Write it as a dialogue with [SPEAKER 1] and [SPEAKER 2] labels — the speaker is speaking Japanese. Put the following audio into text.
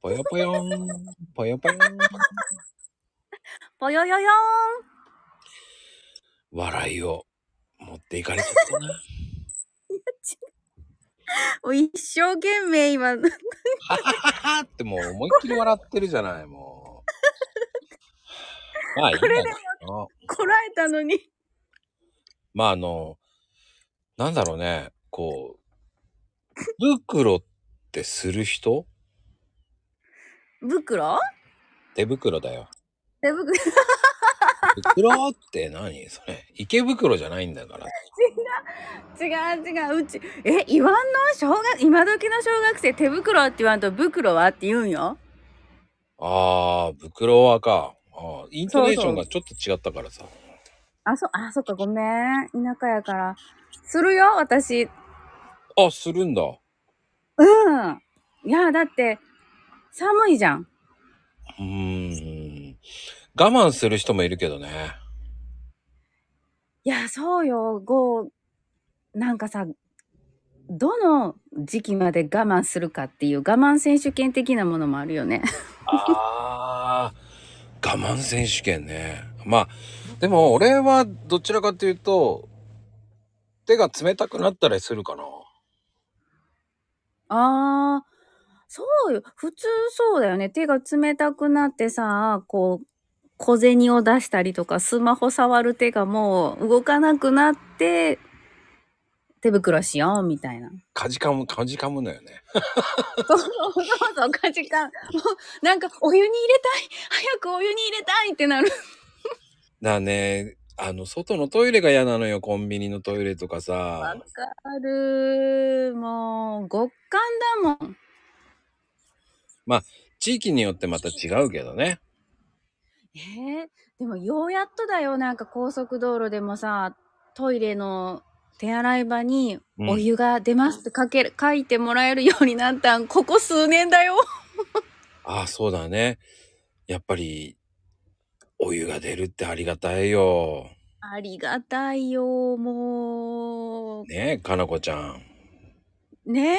[SPEAKER 1] ぽよぽよーん。ぽよぽよーん。
[SPEAKER 2] ぽよよよ
[SPEAKER 1] 笑いを持っていかれちゃったな。
[SPEAKER 2] ーん。一生懸命今、
[SPEAKER 1] ははははってもう思いっきり笑ってるじゃない、もう。まあいいんだけど。
[SPEAKER 2] こらえたのに。
[SPEAKER 1] まああの、なんだろうね、こう、袋ってする人
[SPEAKER 2] 袋
[SPEAKER 1] 手袋だよ。
[SPEAKER 2] 手袋。違う。
[SPEAKER 1] 袋って何それ。池袋じゃないんだから。
[SPEAKER 2] 違う違う。うち、え、言わんの小学、今時の小学生、手袋って言わんと、袋はって言うんよ。
[SPEAKER 1] ああ、袋はか。ああ、イントネーションがちょっと違ったからさ。
[SPEAKER 2] あ、そ、あ、そっか、ごめん。田舎やから。するよ、私。
[SPEAKER 1] あ、するんだ。
[SPEAKER 2] うん。いや、だって、寒いじゃん。
[SPEAKER 1] うーん。我慢する人もいるけどね。
[SPEAKER 2] いや、そうよ、ご、なんかさ、どの時期まで我慢するかっていう我慢選手権的なものもあるよね。
[SPEAKER 1] ああ、我慢選手権ね。まあ、でも俺はどちらかというと、手が冷たくなったりするかな。
[SPEAKER 2] ああ、そうよ。普通そうだよね。手が冷たくなってさ、こう、小銭を出したりとか、スマホ触る手がもう動かなくなって、手袋しようみたいな。
[SPEAKER 1] かじかむ、かじかむのよね。
[SPEAKER 2] そうそうそう、カジカン。もうなんか、お湯に入れたい早くお湯に入れたいってなる。
[SPEAKER 1] だからね、あの、外のトイレが嫌なのよ、コンビニのトイレとか
[SPEAKER 2] わ
[SPEAKER 1] さ。
[SPEAKER 2] かる。もう、極寒だもん。
[SPEAKER 1] 地域によってまた違うけどね。
[SPEAKER 2] えー、でもようやっとだよ。なんか高速道路でもさ、トイレの手洗い場に
[SPEAKER 1] うん
[SPEAKER 2] お湯が出ますって書ける、書いてもらえるようになったん、ここ数年だよ。
[SPEAKER 1] ああ、そうだね。やっぱり、お湯が出るってありがたいよ。
[SPEAKER 2] ありがたいよ、もう。
[SPEAKER 1] ねえ、かなこちゃん。
[SPEAKER 2] ねえ。